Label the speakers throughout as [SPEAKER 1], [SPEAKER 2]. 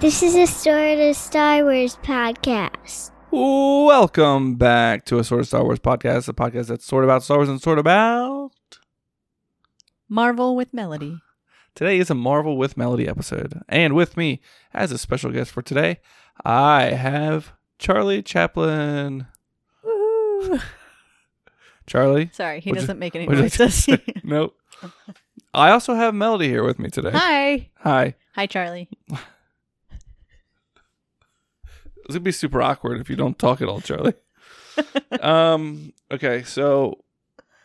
[SPEAKER 1] This is a Star to Star Wars podcast.
[SPEAKER 2] Welcome back to a sort of Star Wars podcast, a podcast that's sort about Star Wars and sort about.
[SPEAKER 3] Marvel with Melody.
[SPEAKER 2] Today is a Marvel with Melody episode, and with me as a special guest for today, I have Charlie Chaplin.
[SPEAKER 3] Woohoo.
[SPEAKER 2] Charlie?
[SPEAKER 3] Sorry, he
[SPEAKER 2] What'd you-
[SPEAKER 3] doesn't make any
[SPEAKER 2] what'd you
[SPEAKER 3] noise, does he?
[SPEAKER 2] Nope. I also have Melody here with me today.
[SPEAKER 3] Hi.
[SPEAKER 2] Hi.
[SPEAKER 3] Hi, Charlie.
[SPEAKER 2] It's gonna be super awkward if you don't talk at all, Charlie. um. Okay, so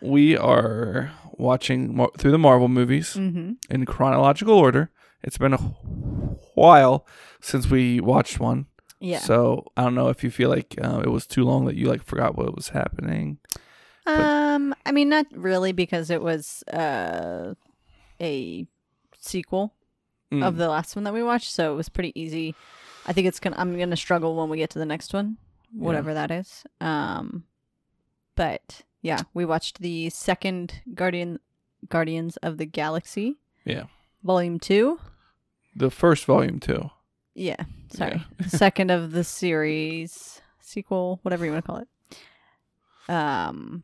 [SPEAKER 2] we are watching mar- through the Marvel movies
[SPEAKER 3] Mm-hmm.
[SPEAKER 2] in chronological order. It's been a while since we watched one.
[SPEAKER 3] Yeah.
[SPEAKER 2] So I don't know if you feel like uh, it was too long that you like forgot what was happening.
[SPEAKER 3] um, I mean, not really because it was uh, a sequel
[SPEAKER 2] Mm.
[SPEAKER 3] of the last one that we watched, so it was pretty easy. I think it's gonna. I'm gonna struggle when we get to the next one, whatever that is. Um, but yeah, we watched the second Guardian Guardians of the Galaxy.
[SPEAKER 2] Yeah.
[SPEAKER 3] Volume two.
[SPEAKER 2] the first volume too.
[SPEAKER 3] Yeah, sorry. Second of the series, sequel, whatever you want to call it. Um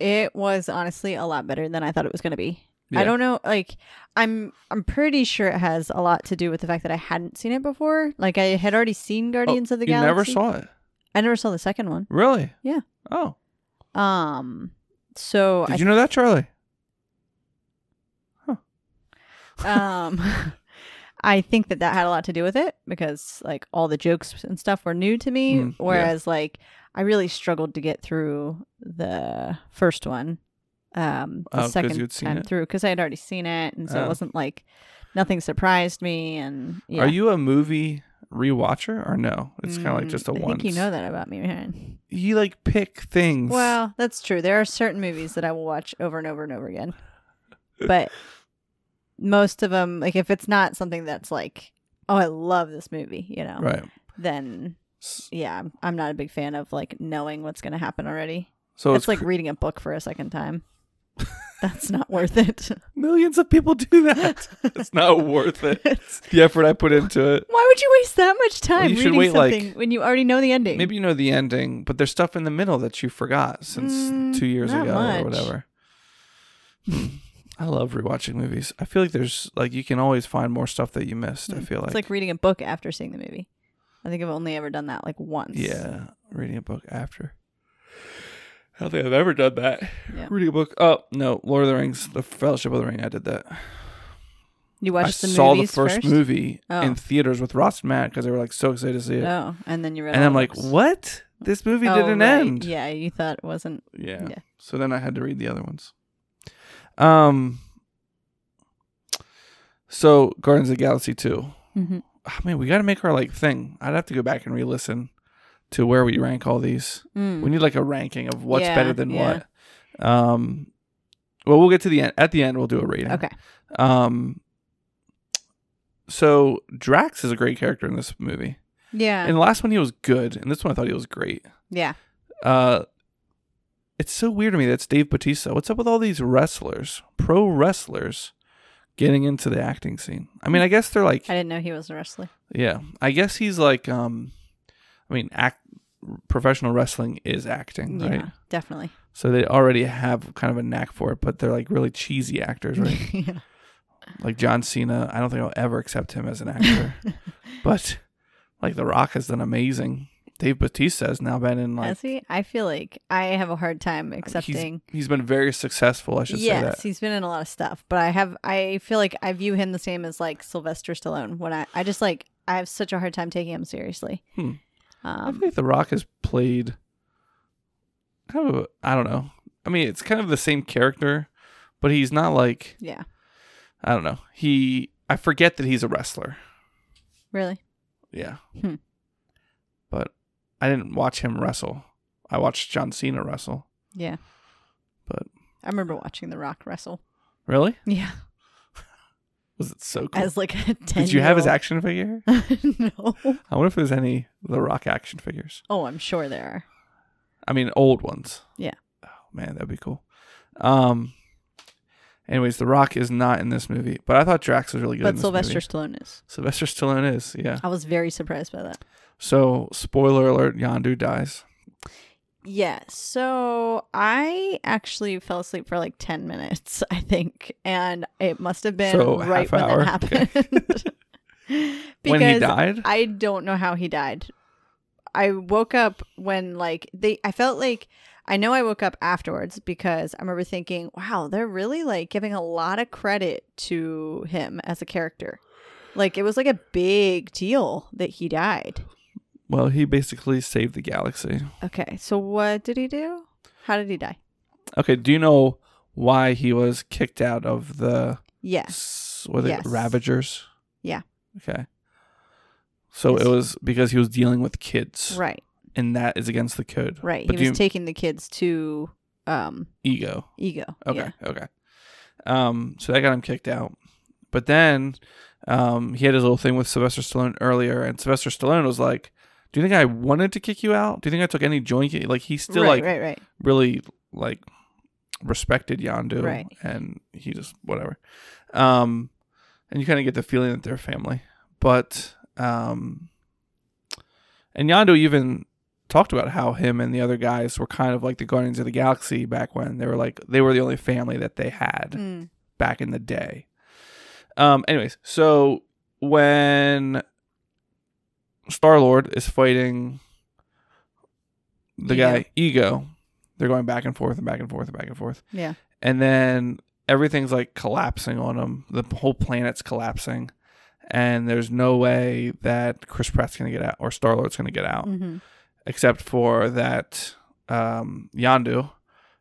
[SPEAKER 3] it was honestly a lot better than I thought it was going to be.
[SPEAKER 2] Yeah.
[SPEAKER 3] I don't know, like I'm I'm pretty sure it has a lot to do with the fact that I hadn't seen it before. Like I had already seen Guardians of the
[SPEAKER 2] Oh, you
[SPEAKER 3] Galaxy.
[SPEAKER 2] never saw it,
[SPEAKER 3] I never saw the second one.
[SPEAKER 2] really?
[SPEAKER 3] Yeah.
[SPEAKER 2] Oh,
[SPEAKER 3] Um so
[SPEAKER 2] did
[SPEAKER 3] I
[SPEAKER 2] you know that, Charlie?
[SPEAKER 3] um i think that that had a lot to do with it because like all the jokes and stuff were new to me
[SPEAKER 2] Mm, yeah.
[SPEAKER 3] whereas like i really struggled to get through the first one um
[SPEAKER 2] Oh,
[SPEAKER 3] the
[SPEAKER 2] 'cause
[SPEAKER 3] second
[SPEAKER 2] you'd seen
[SPEAKER 3] time
[SPEAKER 2] it?
[SPEAKER 3] through because i had already seen it and so
[SPEAKER 2] Oh.
[SPEAKER 3] it wasn't like nothing surprised me and yeah
[SPEAKER 2] Are you a movie rewatcher or no? It's kind of like
[SPEAKER 3] Mm,
[SPEAKER 2] just a
[SPEAKER 3] I
[SPEAKER 2] once.
[SPEAKER 3] think you know that about me man.
[SPEAKER 2] You like pick things.
[SPEAKER 3] well that's true there are certain movies that i will watch over and over and over again but most of them like if it's not something that's like oh i love this movie you know
[SPEAKER 2] right.
[SPEAKER 3] then
[SPEAKER 2] S-
[SPEAKER 3] yeah, I'm- I'm not a big fan of like knowing what's going to happen already.
[SPEAKER 2] So
[SPEAKER 3] it's
[SPEAKER 2] Oh, it's,
[SPEAKER 3] like
[SPEAKER 2] cr-
[SPEAKER 3] reading a book for a second time. That's not worth it.
[SPEAKER 2] millions of people do that. it's not worth it.
[SPEAKER 3] It's-
[SPEAKER 2] The effort I put into it.
[SPEAKER 3] Why would you waste that much time
[SPEAKER 2] you should
[SPEAKER 3] reading
[SPEAKER 2] wait, like-
[SPEAKER 3] something when you already know the ending?
[SPEAKER 2] Maybe you know the ending, but there's stuff in the middle that you forgot since
[SPEAKER 3] Mm,
[SPEAKER 2] two years
[SPEAKER 3] not
[SPEAKER 2] ago or
[SPEAKER 3] much.
[SPEAKER 2] whatever. I love rewatching movies. I feel like there's like you can always find more stuff that you missed. I feel like,
[SPEAKER 3] Mm, it's like reading a book after seeing the movie. I think I've only ever done that like once.
[SPEAKER 2] yeah, reading a book after. I don't think I've ever done that.
[SPEAKER 3] Yeah.
[SPEAKER 2] Reading a book. Oh no, Lord of the Rings, The Fellowship of the Ring. I did that.
[SPEAKER 3] You
[SPEAKER 2] I
[SPEAKER 3] watched the
[SPEAKER 2] saw the
[SPEAKER 3] movies
[SPEAKER 2] first, movie
[SPEAKER 3] Oh.
[SPEAKER 2] in theaters with Ross and Matt because they were like so excited to see it.
[SPEAKER 3] Oh, and then you read.
[SPEAKER 2] and
[SPEAKER 3] all
[SPEAKER 2] I'm
[SPEAKER 3] the
[SPEAKER 2] like,
[SPEAKER 3] books.
[SPEAKER 2] what? This movie
[SPEAKER 3] Oh,
[SPEAKER 2] didn't
[SPEAKER 3] right.
[SPEAKER 2] end.
[SPEAKER 3] Yeah, you thought it wasn't.
[SPEAKER 2] Yeah.
[SPEAKER 3] Yeah.
[SPEAKER 2] So then I had to read the other ones. Um. So Guardians of the Galaxy two.
[SPEAKER 3] Mhm.
[SPEAKER 2] I mean, we got to make our like thing. I'd have to go back and re-listen to where we rank all these.
[SPEAKER 3] Mm.
[SPEAKER 2] We need like a ranking of what's
[SPEAKER 3] Yeah,
[SPEAKER 2] better than
[SPEAKER 3] yeah.
[SPEAKER 2] what. Um. Well, we'll get to the end. At the end, we'll do a rating.
[SPEAKER 3] Okay.
[SPEAKER 2] Um. So Drax is a great character in this movie.
[SPEAKER 3] Yeah.
[SPEAKER 2] In the last one, he was good. In this one, I thought he was great.
[SPEAKER 3] yeah.
[SPEAKER 2] Uh, it's so weird to me that's Dave Batista. What's up with all these wrestlers, pro wrestlers, getting into the acting scene? I mean, I guess they're like,
[SPEAKER 3] I didn't know he was a wrestler.
[SPEAKER 2] yeah, I guess he's like, um, I mean, act professional wrestling is acting,
[SPEAKER 3] Yeah,
[SPEAKER 2] right?
[SPEAKER 3] definitely.
[SPEAKER 2] So they already have kind of a knack for it, but they're like really cheesy actors, right?
[SPEAKER 3] yeah.
[SPEAKER 2] like John Cena. I don't think I'll ever accept him as an actor, but like The Rock has done amazing. Dave Batista has now been in like
[SPEAKER 3] Has he? I feel like I have a hard time accepting.
[SPEAKER 2] he's been very successful. I should say that.
[SPEAKER 3] yes, he's been in a lot of stuff, but I have. I feel like I view him the same as like Sylvester Stallone. When I, I just like, I have such a hard time taking him seriously.
[SPEAKER 2] Hmm. I
[SPEAKER 3] Um,
[SPEAKER 2] feel like The Rock has played kind of a, I don't know. I mean, it's kind of the same character, but he's not like
[SPEAKER 3] yeah,
[SPEAKER 2] I don't know. He I forget that he's a wrestler.
[SPEAKER 3] really.
[SPEAKER 2] Yeah.
[SPEAKER 3] Hmm.
[SPEAKER 2] But I didn't watch him wrestle. I watched John Cena wrestle.
[SPEAKER 3] Yeah,
[SPEAKER 2] But
[SPEAKER 3] I remember watching The Rock wrestle.
[SPEAKER 2] really?
[SPEAKER 3] Yeah,
[SPEAKER 2] Was it so cool?
[SPEAKER 3] as like a ten.
[SPEAKER 2] Did you have his action figure?
[SPEAKER 3] no.
[SPEAKER 2] I wonder if there's any The Rock action figures.
[SPEAKER 3] Oh, I'm sure there are.
[SPEAKER 2] I mean, old ones.
[SPEAKER 3] Yeah.
[SPEAKER 2] Oh man, that'd be cool. Um, Anyways, The Rock is not in this movie, but I thought Drax was really good. in
[SPEAKER 3] but
[SPEAKER 2] this
[SPEAKER 3] Sylvester
[SPEAKER 2] movie.
[SPEAKER 3] Stallone is.
[SPEAKER 2] Sylvester Stallone is yeah.
[SPEAKER 3] I was very surprised by that.
[SPEAKER 2] So spoiler alert: Yandu dies.
[SPEAKER 3] Yeah. So I actually fell asleep for like ten minutes, I think, and it must have been
[SPEAKER 2] So,
[SPEAKER 3] right
[SPEAKER 2] half
[SPEAKER 3] when
[SPEAKER 2] hour.
[SPEAKER 3] that happened.
[SPEAKER 2] when he died,
[SPEAKER 3] I don't know how he died. I woke up when like they I felt like I know I woke up afterwards because I remember thinking, wow, they're really like giving a lot of credit to him as a character. Like it was like a big deal that he died.
[SPEAKER 2] well, he basically saved the galaxy.
[SPEAKER 3] Okay, so what did he do? How did he die?
[SPEAKER 2] Okay, do you know why he was kicked out of the
[SPEAKER 3] Yes.
[SPEAKER 2] s- were they
[SPEAKER 3] Yes.
[SPEAKER 2] Ravagers?
[SPEAKER 3] Yeah.
[SPEAKER 2] Okay. So
[SPEAKER 3] Yes.
[SPEAKER 2] it was because he was dealing with kids,
[SPEAKER 3] Right,
[SPEAKER 2] and that is against the code.
[SPEAKER 3] right.
[SPEAKER 2] But
[SPEAKER 3] he
[SPEAKER 2] do
[SPEAKER 3] was
[SPEAKER 2] you,
[SPEAKER 3] taking the kids to um
[SPEAKER 2] ego.
[SPEAKER 3] ego.
[SPEAKER 2] Okay.
[SPEAKER 3] Yeah.
[SPEAKER 2] Okay. Um, so that got him kicked out. But then um, he had his little thing with Sylvester Stallone earlier, and Sylvester Stallone was like, "Do you think I wanted to kick you out? Do you think I took any joint? ki-" Like he still
[SPEAKER 3] right,
[SPEAKER 2] like
[SPEAKER 3] right, right.
[SPEAKER 2] really like respected Yandu,
[SPEAKER 3] Right.
[SPEAKER 2] and he just whatever. Um, and you kind of get the feeling that they're family, but um, and Yandu even talked about how him and the other guys were kind of like the Guardians of the Galaxy back when they were like they were the only family that they had
[SPEAKER 3] Mm.
[SPEAKER 2] back in the day. Um, anyways, so when Star Lord is fighting the
[SPEAKER 3] Ego.
[SPEAKER 2] guy Ego, they're going back and forth and back and forth and back and forth,
[SPEAKER 3] Yeah.
[SPEAKER 2] and then everything's like collapsing on him. The whole planet's collapsing, and there's no way that Chris Pratt's gonna get out or Star Lord's gonna get out,
[SPEAKER 3] hmm
[SPEAKER 2] except for that um, Yandu.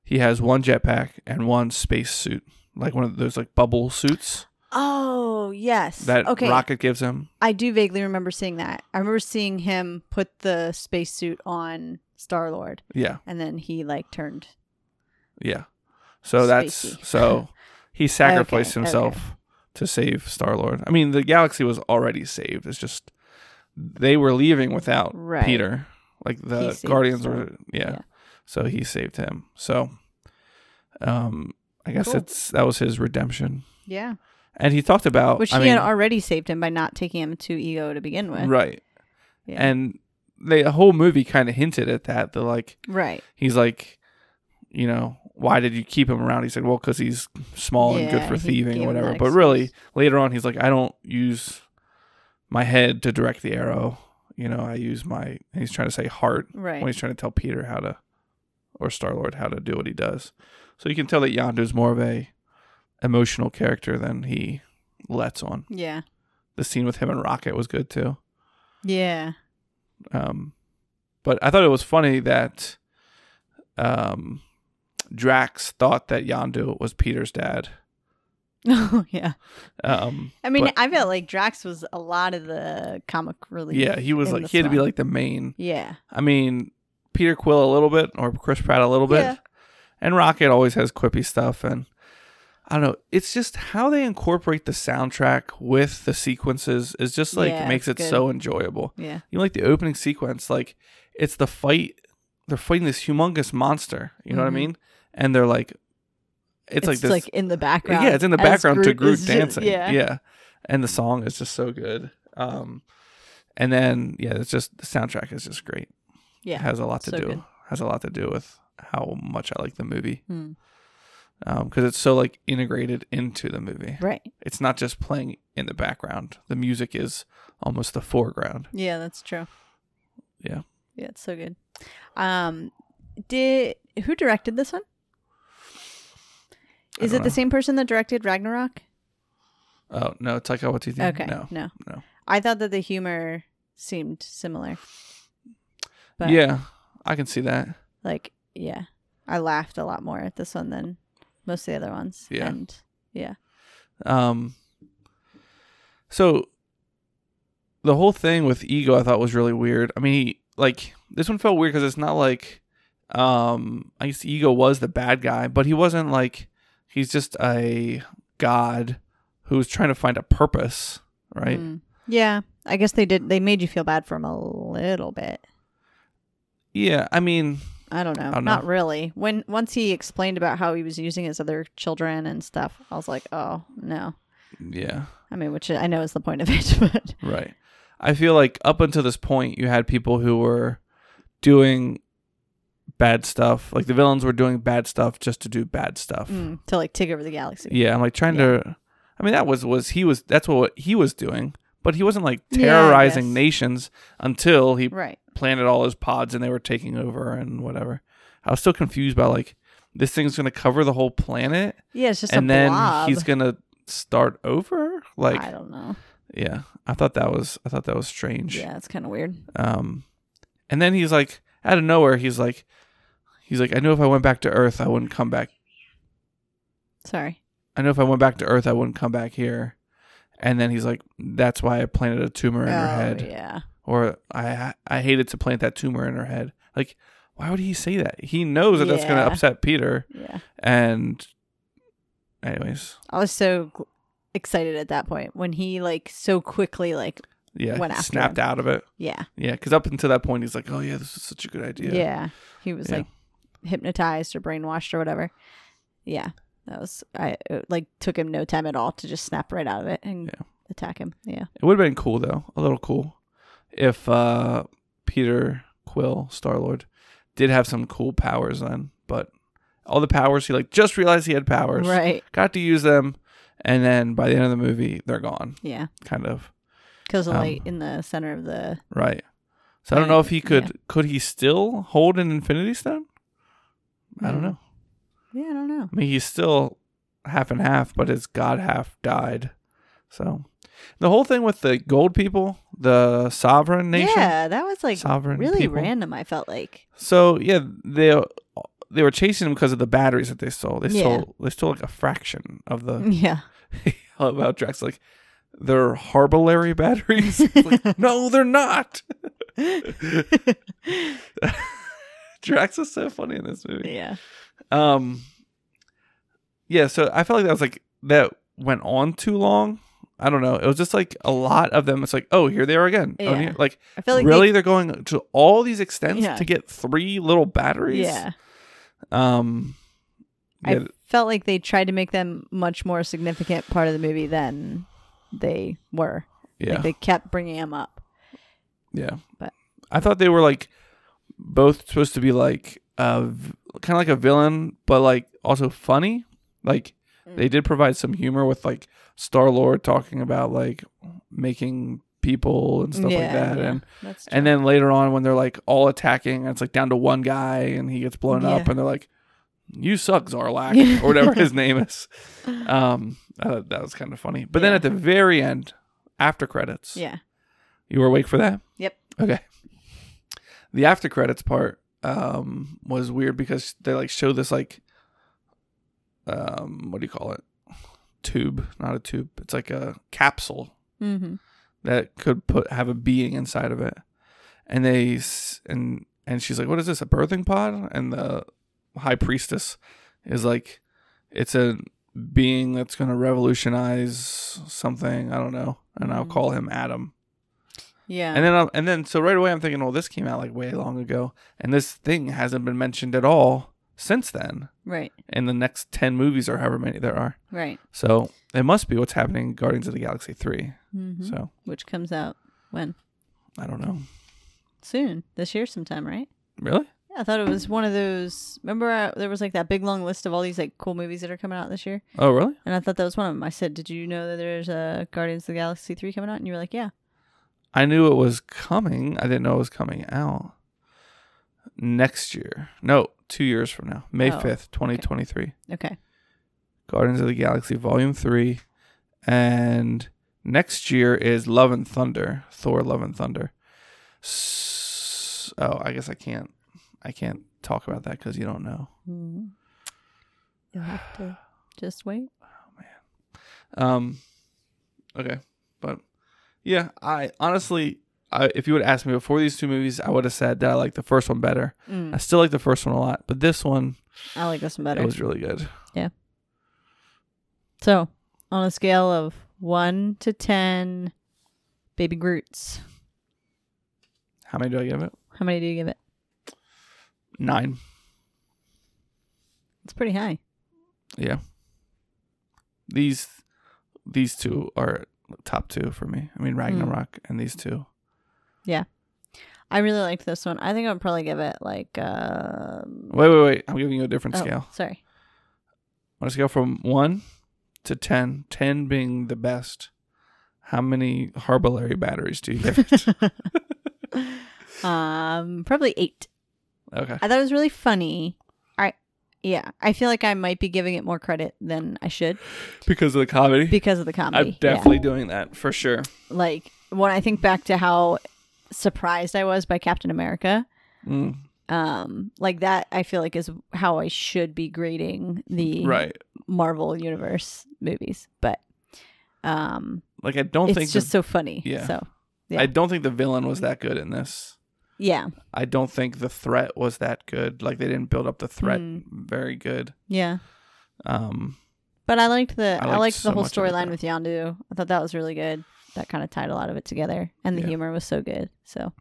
[SPEAKER 2] He has one jetpack and one space suit, like one of those like bubble suits
[SPEAKER 3] Oh, yes.
[SPEAKER 2] that
[SPEAKER 3] okay.
[SPEAKER 2] Rocket gives him.
[SPEAKER 3] I do vaguely remember seeing that. I remember seeing him put the spacesuit on Star Lord,
[SPEAKER 2] Yeah,
[SPEAKER 3] and then he like turned.
[SPEAKER 2] yeah. So
[SPEAKER 3] Spacey.
[SPEAKER 2] that's so he sacrificed
[SPEAKER 3] Okay,
[SPEAKER 2] himself to save Star Lord. I mean, the galaxy was already saved. It's just they were leaving without
[SPEAKER 3] Right.
[SPEAKER 2] Peter. Like the
[SPEAKER 3] He saved
[SPEAKER 2] Guardians
[SPEAKER 3] Star-
[SPEAKER 2] were, yeah.
[SPEAKER 3] yeah.
[SPEAKER 2] So he saved him. So, um, I guess
[SPEAKER 3] Cool.
[SPEAKER 2] it's that was his redemption.
[SPEAKER 3] Yeah,
[SPEAKER 2] And he talked about
[SPEAKER 3] which
[SPEAKER 2] Oh, I
[SPEAKER 3] he
[SPEAKER 2] mean,
[SPEAKER 3] had already saved him by not taking him to Ego to begin with.
[SPEAKER 2] right.
[SPEAKER 3] Yeah.
[SPEAKER 2] And they, the whole movie kind of hinted at that. They're like,
[SPEAKER 3] right.
[SPEAKER 2] he's like, you know, why did you keep him around? He's like, well, because he's small and good
[SPEAKER 3] Yeah,
[SPEAKER 2] for
[SPEAKER 3] he
[SPEAKER 2] thieving
[SPEAKER 3] gave
[SPEAKER 2] or
[SPEAKER 3] him
[SPEAKER 2] whatever.
[SPEAKER 3] that
[SPEAKER 2] But
[SPEAKER 3] excuse.
[SPEAKER 2] really, later on, he's like, I don't use my head to direct the arrow. You know, I use my. And he's trying to say heart
[SPEAKER 3] Right.
[SPEAKER 2] when he's trying to tell Peter how to, or Star Lord how to do what he does. So you can tell that Yandu's more of a emotional character than he lets on.
[SPEAKER 3] yeah.
[SPEAKER 2] The scene with him and Rocket was good too.
[SPEAKER 3] Yeah.
[SPEAKER 2] Um, but I thought it was funny that um, Drax thought that Yandu was Peter's dad.
[SPEAKER 3] Oh yeah.
[SPEAKER 2] Um,
[SPEAKER 3] I mean,
[SPEAKER 2] But-
[SPEAKER 3] I felt like Drax was a lot of the comic relief.
[SPEAKER 2] yeah, he was
[SPEAKER 3] in
[SPEAKER 2] like
[SPEAKER 3] this
[SPEAKER 2] he had to be
[SPEAKER 3] one.
[SPEAKER 2] like the main.
[SPEAKER 3] Yeah.
[SPEAKER 2] I mean, Peter Quill a little bit or Chris Pratt a little bit,
[SPEAKER 3] Yeah.
[SPEAKER 2] and Rocket always has quippy stuff and. I don't know. It's just how they incorporate the soundtrack with the sequences is just like
[SPEAKER 3] Yeah,
[SPEAKER 2] makes it
[SPEAKER 3] it's good.
[SPEAKER 2] so enjoyable.
[SPEAKER 3] Yeah.
[SPEAKER 2] you know, like the opening sequence, like it's the fight. They're fighting this humongous monster. You know what
[SPEAKER 3] Mhm.
[SPEAKER 2] I mean? And they're like, it's, like
[SPEAKER 3] It's
[SPEAKER 2] this.
[SPEAKER 3] like in the background.
[SPEAKER 2] yeah, it's in the
[SPEAKER 3] as
[SPEAKER 2] background to Groot
[SPEAKER 3] is-
[SPEAKER 2] dancing.
[SPEAKER 3] yeah.
[SPEAKER 2] yeah, and the song is just so good. Um, and then yeah, it's just the soundtrack is just great.
[SPEAKER 3] Yeah.
[SPEAKER 2] It has a lot to
[SPEAKER 3] so
[SPEAKER 2] do.
[SPEAKER 3] good.
[SPEAKER 2] Has a lot to do with how much I like the movie
[SPEAKER 3] Hmm.
[SPEAKER 2] because it's so like integrated into the movie.
[SPEAKER 3] Right.
[SPEAKER 2] It's not just playing in the background. The music is almost the foreground.
[SPEAKER 3] Yeah, that's true.
[SPEAKER 2] Yeah.
[SPEAKER 3] Yeah, it's so good. Um did who directed this one?
[SPEAKER 2] I
[SPEAKER 3] Is it
[SPEAKER 2] don't
[SPEAKER 3] the
[SPEAKER 2] know.
[SPEAKER 3] same person that directed Ragnarok?
[SPEAKER 2] Oh no, Taika Waititi.
[SPEAKER 3] okay.
[SPEAKER 2] no. no.
[SPEAKER 3] I thought that the humor seemed similar. But
[SPEAKER 2] yeah, I can see that.
[SPEAKER 3] like yeah. I laughed a lot more at this one than most of the other ones.
[SPEAKER 2] Yeah.
[SPEAKER 3] And yeah.
[SPEAKER 2] Um, so the whole thing with ego, I thought was really weird. I mean, he, like this one felt weird because it's not like, um, I guess ego was the bad guy, but he wasn't like he's just a god who's trying to find a purpose, right?
[SPEAKER 3] Mm. Yeah. I guess they did they made you feel bad for him a little bit.
[SPEAKER 2] Yeah, I mean,
[SPEAKER 3] I don't know.
[SPEAKER 2] I don't
[SPEAKER 3] Not
[SPEAKER 2] know.
[SPEAKER 3] really. When once he explained about how he was using his other children and stuff, I was like, oh no.
[SPEAKER 2] Yeah.
[SPEAKER 3] I mean, which I know is the point of it, but
[SPEAKER 2] Right. I feel like up until this point, you had people who were doing bad stuff. Like the villains were doing bad stuff just to do bad stuff.
[SPEAKER 3] mm, to like take over the galaxy.
[SPEAKER 2] Yeah, I'm like trying
[SPEAKER 3] Yeah.
[SPEAKER 2] to. I mean, that was was he was that's what he was doing, but he wasn't like
[SPEAKER 3] Yeah, I
[SPEAKER 2] terrorizing
[SPEAKER 3] guess.
[SPEAKER 2] nations until he
[SPEAKER 3] Right.
[SPEAKER 2] planted all his pods and they were taking over and whatever. I was still confused by like this thing's gonna cover the whole planet
[SPEAKER 3] Yeah, it's just a
[SPEAKER 2] and then
[SPEAKER 3] blob.
[SPEAKER 2] he's gonna start over. Like,
[SPEAKER 3] I don't know.
[SPEAKER 2] yeah, I thought that was I thought that was strange.
[SPEAKER 3] Yeah, it's kind of weird.
[SPEAKER 2] Um, and then he's like, out of nowhere, he's like, he's like, I know if I went back to Earth, I wouldn't come back.
[SPEAKER 3] Sorry.
[SPEAKER 2] I know if I went back to Earth, I wouldn't come back here. And then he's like, that's why I planted a tumor in her
[SPEAKER 3] Oh,
[SPEAKER 2] head,
[SPEAKER 3] yeah.
[SPEAKER 2] or I I hated to plant that tumor in her head. Like, why would he say that? He knows that that's gonna
[SPEAKER 3] Yeah.
[SPEAKER 2] upset Peter.
[SPEAKER 3] Yeah.
[SPEAKER 2] And, anyways,
[SPEAKER 3] I was so gl- excited at that point when he like so quickly like
[SPEAKER 2] yeah,
[SPEAKER 3] Went
[SPEAKER 2] he
[SPEAKER 3] after
[SPEAKER 2] snapped out of it.
[SPEAKER 3] yeah.
[SPEAKER 2] Yeah, because up until that point, he's like, oh yeah, this is such a good idea.
[SPEAKER 3] Yeah. He was
[SPEAKER 2] Yeah.
[SPEAKER 3] like hypnotized or brainwashed or whatever. Yeah. That was I it, like took him no time at all to just snap right out of it and
[SPEAKER 2] Yeah.
[SPEAKER 3] attack him. Yeah.
[SPEAKER 2] It would have been cool though, a little cool, if uh, Peter Quill, Star Lord, did have some cool powers then. But all the powers he like just realized he had powers,
[SPEAKER 3] Right.
[SPEAKER 2] got to use them, and then by the end of the movie they're gone,
[SPEAKER 3] Yeah.
[SPEAKER 2] kind of
[SPEAKER 3] Cuz the
[SPEAKER 2] Um,
[SPEAKER 3] light in the center of the
[SPEAKER 2] right. So I don't know if he could
[SPEAKER 3] Yeah.
[SPEAKER 2] could he still hold an Infinity Stone? I don't
[SPEAKER 3] Hmm.
[SPEAKER 2] know.
[SPEAKER 3] Yeah, I don't know.
[SPEAKER 2] I mean, he's still half and half, but his god half died. So the whole thing with the gold people, the sovereign nation.
[SPEAKER 3] Yeah, that was like
[SPEAKER 2] sovereign
[SPEAKER 3] really
[SPEAKER 2] people.
[SPEAKER 3] random. I felt like
[SPEAKER 2] So yeah, they they were chasing him because of the batteries that they stole. They
[SPEAKER 3] Yeah.
[SPEAKER 2] stole they stole like a fraction of the
[SPEAKER 3] yeah,
[SPEAKER 2] about Drax like they're Harbalary batteries. Like, no, they're not. Drax is so funny in this movie.
[SPEAKER 3] yeah,
[SPEAKER 2] Um Yeah, so I felt like that was like that went on too long. I don't know. It was just like a lot of them. It's like, oh, here they are again. Oh,
[SPEAKER 3] Yeah.
[SPEAKER 2] here- Like,
[SPEAKER 3] I feel like
[SPEAKER 2] really, they- are going to all these extents
[SPEAKER 3] Yeah.
[SPEAKER 2] to get three little
[SPEAKER 3] They,
[SPEAKER 2] batteries.
[SPEAKER 3] yeah,
[SPEAKER 2] Um.
[SPEAKER 3] I
[SPEAKER 2] yeah,
[SPEAKER 3] felt like they tried to make them much more significant part of the movie than they were.
[SPEAKER 2] yeah.
[SPEAKER 3] Like they kept bringing them up.
[SPEAKER 2] Yeah.
[SPEAKER 3] But-
[SPEAKER 2] I thought they were like both supposed to be like uh kind of like a villain, but like also funny. Like
[SPEAKER 3] Mm.
[SPEAKER 2] they did provide some humor with like Star Lord talking about like making people and stuff like that, and
[SPEAKER 3] that's true.
[SPEAKER 2] and then later on when they're like all attacking, and it's like down to one guy and he gets blown up,
[SPEAKER 3] Yeah.
[SPEAKER 2] and they're like, "You suck, Zarlak,"
[SPEAKER 3] Yeah.
[SPEAKER 2] or whatever his name is. Um, I thought that was kind of funny. But then
[SPEAKER 3] Yeah.
[SPEAKER 2] at the very end, after credits,
[SPEAKER 3] yeah,
[SPEAKER 2] you were awake for that?
[SPEAKER 3] Yep.
[SPEAKER 2] Okay. The after credits part um was weird because they like show this like um what do you call it? Tube, not a tube. It's like a capsule
[SPEAKER 3] hmm
[SPEAKER 2] that could put have a being inside of it. And they s- and and she's like, "What is this? A birthing pod?" And the high priestess is like, "It's a being that's going to revolutionize something. I don't know." And I'll
[SPEAKER 3] Mhm.
[SPEAKER 2] call him Adam.
[SPEAKER 3] yeah,
[SPEAKER 2] And then, I'm, and then, so right away, I'm thinking, well, this came out like way long ago, and this thing hasn't been mentioned at all since then.
[SPEAKER 3] right,
[SPEAKER 2] In the next ten movies, or however many there are,
[SPEAKER 3] right,
[SPEAKER 2] so it must be what's happening in Guardians of the Galaxy 3
[SPEAKER 3] hmm
[SPEAKER 2] So
[SPEAKER 3] which comes out when
[SPEAKER 2] I don't know,
[SPEAKER 3] soon this year sometime, right?
[SPEAKER 2] really.
[SPEAKER 3] Yeah, I thought it was one of those. Remember, uh there was like that big long list of all these like cool movies that are coming out this year.
[SPEAKER 2] Oh, really?
[SPEAKER 3] And I thought that was one of them. I said, "Did you know that there's a Guardians of the Galaxy three coming out?" And you were like, "Yeah."
[SPEAKER 2] I knew it was coming. I didn't know it was coming out next year. No, two years from now, May
[SPEAKER 3] Oh,
[SPEAKER 2] fifth, twenty twenty three.
[SPEAKER 3] Okay.
[SPEAKER 2] Guardians of the Galaxy Volume Three, and next year is Love and Thunder, Thor: Love and Thunder. S- oh, I guess I can't, I can't talk about that because you don't know.
[SPEAKER 3] Mm-hmm. You'll have to just wait.
[SPEAKER 2] Um, okay, but yeah, I honestly, I, if you would ask me before these two movies, I would have said that I like the first one better. I
[SPEAKER 3] Mm.
[SPEAKER 2] still like the first one a lot, but this one
[SPEAKER 3] I like this one better.
[SPEAKER 2] it was really good.
[SPEAKER 3] so, on a scale of one to ten, baby Groot's,
[SPEAKER 2] How many do I give it?
[SPEAKER 3] how many do you give it?
[SPEAKER 2] nine.
[SPEAKER 3] It's pretty high.
[SPEAKER 2] Yeah. These these two are top two for me.
[SPEAKER 3] Hmm.
[SPEAKER 2] I mean Ragnarok and these two.
[SPEAKER 3] I really liked this one. I think I would probably give it like um
[SPEAKER 2] Wait, wait, wait. I'm giving you a different
[SPEAKER 3] oh,
[SPEAKER 2] scale.
[SPEAKER 3] Sorry.
[SPEAKER 2] On a scale from one to ten, ten being the best, how many Harbalary batteries do you give? it?
[SPEAKER 3] um probably 8.
[SPEAKER 2] okay.
[SPEAKER 3] I thought it was really funny. I yeah, I feel like I might be giving it more credit than I should
[SPEAKER 2] Because of the comedy.
[SPEAKER 3] because of the comedy.
[SPEAKER 2] I'm definitely doing that for sure.
[SPEAKER 3] yeah. like when I think back to how surprised I was by Captain America,
[SPEAKER 2] Mm,
[SPEAKER 3] um like that I feel like is how I should be grading the
[SPEAKER 2] right.
[SPEAKER 3] Marvel universe movies, but um
[SPEAKER 2] Like I don't think
[SPEAKER 3] it's just
[SPEAKER 2] the,
[SPEAKER 3] so funny.
[SPEAKER 2] yeah.
[SPEAKER 3] So, yeah.
[SPEAKER 2] I don't think the villain was that good in this.
[SPEAKER 3] yeah.
[SPEAKER 2] I don't think the threat was that good. Like they didn't build up the threat
[SPEAKER 3] Mm.
[SPEAKER 2] very good.
[SPEAKER 3] Yeah.
[SPEAKER 2] Um,
[SPEAKER 3] But I liked the
[SPEAKER 2] I
[SPEAKER 3] I
[SPEAKER 2] liked
[SPEAKER 3] liked,
[SPEAKER 2] so
[SPEAKER 3] the whole
[SPEAKER 2] much of it
[SPEAKER 3] storyline
[SPEAKER 2] there.
[SPEAKER 3] with Yandu. I thought that was really good. That kind of tied a lot of it together, and the
[SPEAKER 2] Yeah.
[SPEAKER 3] humor was so good. So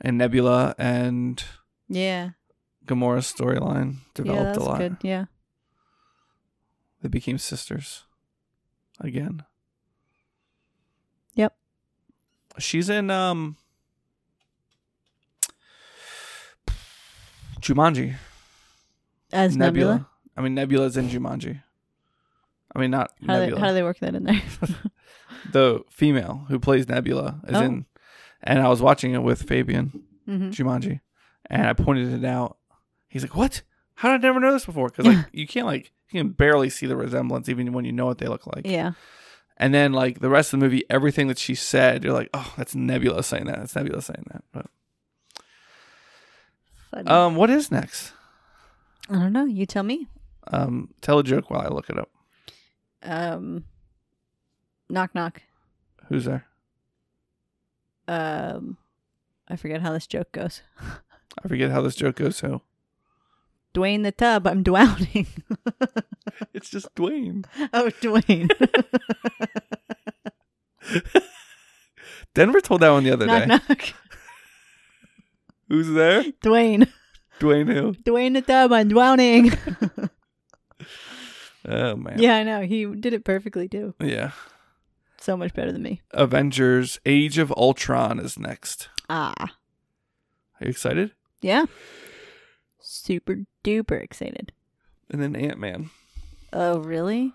[SPEAKER 2] and Nebula and
[SPEAKER 3] yeah,
[SPEAKER 2] Gamora's storyline
[SPEAKER 3] yeah,
[SPEAKER 2] developed
[SPEAKER 3] that
[SPEAKER 2] a
[SPEAKER 3] was
[SPEAKER 2] lot.
[SPEAKER 3] good. Yeah,
[SPEAKER 2] They became sisters again.
[SPEAKER 3] Yep.
[SPEAKER 2] She's in um Jumanji.
[SPEAKER 3] as Nebula.
[SPEAKER 2] I mean Nebula's in Jumanji. I mean not
[SPEAKER 3] How, do
[SPEAKER 2] Nebula.
[SPEAKER 3] they, how do they work that in there?
[SPEAKER 2] the female who plays Nebula is
[SPEAKER 3] Oh.
[SPEAKER 2] in and I was watching it with Fabian
[SPEAKER 3] hmm
[SPEAKER 2] Jumanji and I pointed it out. He's like, "What? How did I never know this before?" Cuz like you can't like you can barely see the resemblance even when you know what they look like.
[SPEAKER 3] Yeah,
[SPEAKER 2] And then like the rest of the movie, everything that she said, you're like, oh, that's Nebula saying that. That's Nebula saying that. But
[SPEAKER 3] Funny.
[SPEAKER 2] um, what is next?
[SPEAKER 3] I don't know. You tell me.
[SPEAKER 2] Um, tell a joke while I look it up.
[SPEAKER 3] Um, knock knock.
[SPEAKER 2] Who's there?
[SPEAKER 3] Um, I forget how this joke goes.
[SPEAKER 2] I forget how this joke goes. So
[SPEAKER 3] Dwayne the tub. I'm drowning.
[SPEAKER 2] it's just Dwayne.
[SPEAKER 3] oh, Dwayne.
[SPEAKER 2] Denver told that one the other
[SPEAKER 3] knock
[SPEAKER 2] day.
[SPEAKER 3] knock.
[SPEAKER 2] Who's there?
[SPEAKER 3] Dwayne.
[SPEAKER 2] Dwayne who?
[SPEAKER 3] Dwayne the tub. I'm drowning.
[SPEAKER 2] Oh man.
[SPEAKER 3] yeah, I know. He did it perfectly too.
[SPEAKER 2] Yeah.
[SPEAKER 3] So much better than me.
[SPEAKER 2] Avengers: Age of Ultron is next.
[SPEAKER 3] Ah,
[SPEAKER 2] Are you excited?
[SPEAKER 3] yeah. Super duper excited.
[SPEAKER 2] And then Ant Man.
[SPEAKER 3] Oh, really?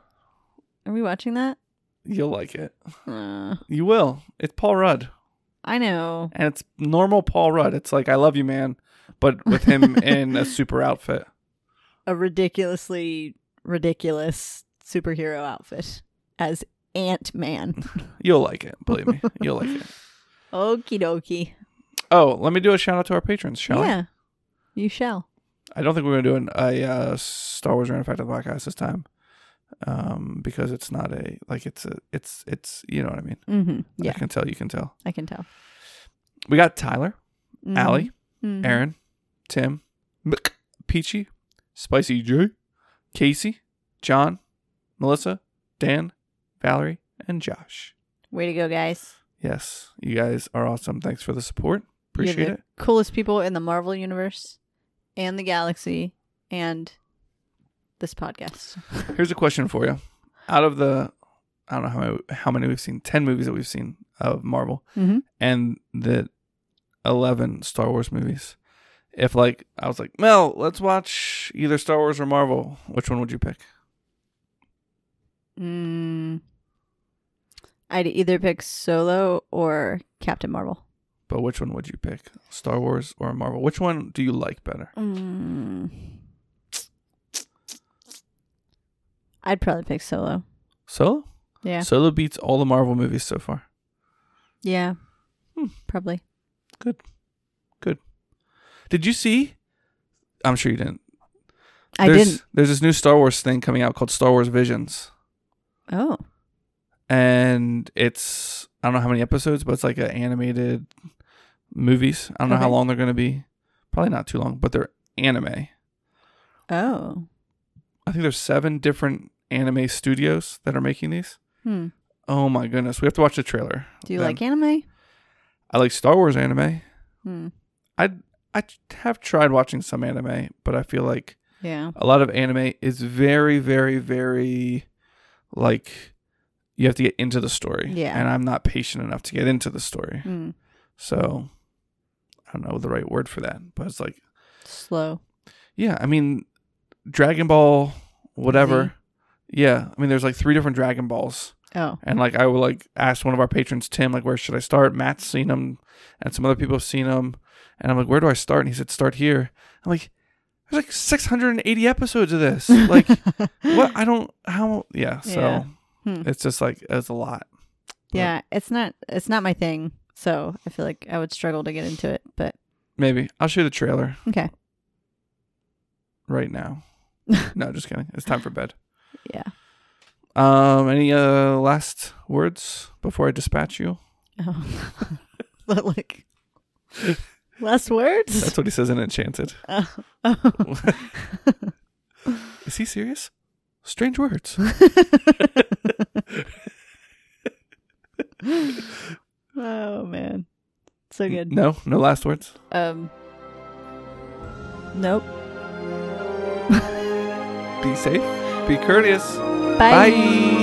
[SPEAKER 3] Are we watching that?
[SPEAKER 2] You'll like it.
[SPEAKER 3] Uh,
[SPEAKER 2] You will. It's Paul Rudd.
[SPEAKER 3] I know.
[SPEAKER 2] and it's normal Paul Rudd. It's like I love you, man, but with him in a super outfit.
[SPEAKER 3] A ridiculously ridiculous superhero outfit as Ant Man.
[SPEAKER 2] You'll like it, believe me. You'll like it.
[SPEAKER 3] Okie dokie.
[SPEAKER 2] Oh, let me do a shout out to our patrons, shall I?
[SPEAKER 3] Yeah. You shall.
[SPEAKER 2] I don't think we're gonna do an, a uh, Star Wars Random Fact of the podcast this time, um, because it's not a like it's a it's it's you know what I mean.
[SPEAKER 3] Mm-hmm.
[SPEAKER 2] I
[SPEAKER 3] Yeah,
[SPEAKER 2] can tell. You can tell.
[SPEAKER 3] I can tell.
[SPEAKER 2] We got Tyler,
[SPEAKER 3] Mhm.
[SPEAKER 2] Allie,
[SPEAKER 3] Mhm.
[SPEAKER 2] Aaron, Tim, Mick, Peachy, Spicy J, Casey, John, Melissa, Dan, Valerie, and Josh.
[SPEAKER 3] Way to go, guys.
[SPEAKER 2] Yes, you guys are awesome. Thanks for the support.
[SPEAKER 3] You're
[SPEAKER 2] Appreciate
[SPEAKER 3] the
[SPEAKER 2] it.
[SPEAKER 3] Coolest people in the Marvel universe and the galaxy and this podcast.
[SPEAKER 2] Here's a question for you. Out of the, I don't know how many, how many we've seen, 10 movies that we've seen of Marvel
[SPEAKER 3] Mm-hmm.
[SPEAKER 2] and the 11 Star Wars movies. If, like, I was like, Mel, let's watch either Star Wars or Marvel, which one would you pick?
[SPEAKER 3] Mm, I'd either pick Solo or Captain Marvel.
[SPEAKER 2] But which one would you pick? Star Wars or Marvel? Which one do you like better?
[SPEAKER 3] Mm. I'd probably pick Solo.
[SPEAKER 2] Solo?
[SPEAKER 3] Yeah.
[SPEAKER 2] Solo beats all the Marvel movies so far.
[SPEAKER 3] Yeah.
[SPEAKER 2] Hmm.
[SPEAKER 3] Probably.
[SPEAKER 2] Did you see? I'm sure you didn't.
[SPEAKER 3] I
[SPEAKER 2] there's,
[SPEAKER 3] didn't.
[SPEAKER 2] There's this new Star Wars thing coming out called Star Wars Visions,
[SPEAKER 3] Oh.
[SPEAKER 2] and it's I don't know how many episodes, but it's like an animated movies. I don't know how
[SPEAKER 3] Okay.
[SPEAKER 2] long they're gonna be. Probably not too long, but they're anime.
[SPEAKER 3] Oh.
[SPEAKER 2] I think there's seven different anime studios that are making these.
[SPEAKER 3] Hmm.
[SPEAKER 2] Oh my goodness, we have to watch the trailer.
[SPEAKER 3] Do you
[SPEAKER 2] then.
[SPEAKER 3] like anime?
[SPEAKER 2] I like Star Wars anime.
[SPEAKER 3] Hmm.
[SPEAKER 2] I I t- have tried watching some anime, but I feel like
[SPEAKER 3] Yeah.
[SPEAKER 2] a lot of anime is very, very, very like you have to get into the story.
[SPEAKER 3] Yeah.
[SPEAKER 2] And I'm not patient enough to get into the story.
[SPEAKER 3] Mm.
[SPEAKER 2] So I don't know the right word for that, but it's like
[SPEAKER 3] Slow.
[SPEAKER 2] yeah, I mean, Dragon Ball, whatever. Yeah, I mean, there's like three different Dragon Balls,
[SPEAKER 3] Oh.
[SPEAKER 2] and like I would like ask one of our patrons, Tim, like where should I start? Matt's seen them, and some other people have seen them, and I'm like, where do I start? And he said, start here. I'm like, there's like 680 episodes of this. Like, what? I don't how? Yeah, so
[SPEAKER 3] Yeah. Hmm.
[SPEAKER 2] it's just like it's a lot.
[SPEAKER 3] Yeah, it's not it's not my thing. So I feel like I would struggle to get into it, but
[SPEAKER 2] Maybe I'll show you the trailer
[SPEAKER 3] okay.
[SPEAKER 2] right now. no, just kidding. It's time for bed.
[SPEAKER 3] Yeah.
[SPEAKER 2] Um, any uh last words before I dispatch you?
[SPEAKER 3] Oh. but like less words?
[SPEAKER 2] That's what he says in Enchanted.
[SPEAKER 3] Oh.
[SPEAKER 2] Is he serious? Strange words.
[SPEAKER 3] oh man. So good.
[SPEAKER 2] No, no last words.
[SPEAKER 3] Um Nope.
[SPEAKER 2] Be safe. Be courteous.
[SPEAKER 3] Bye.
[SPEAKER 2] Bye.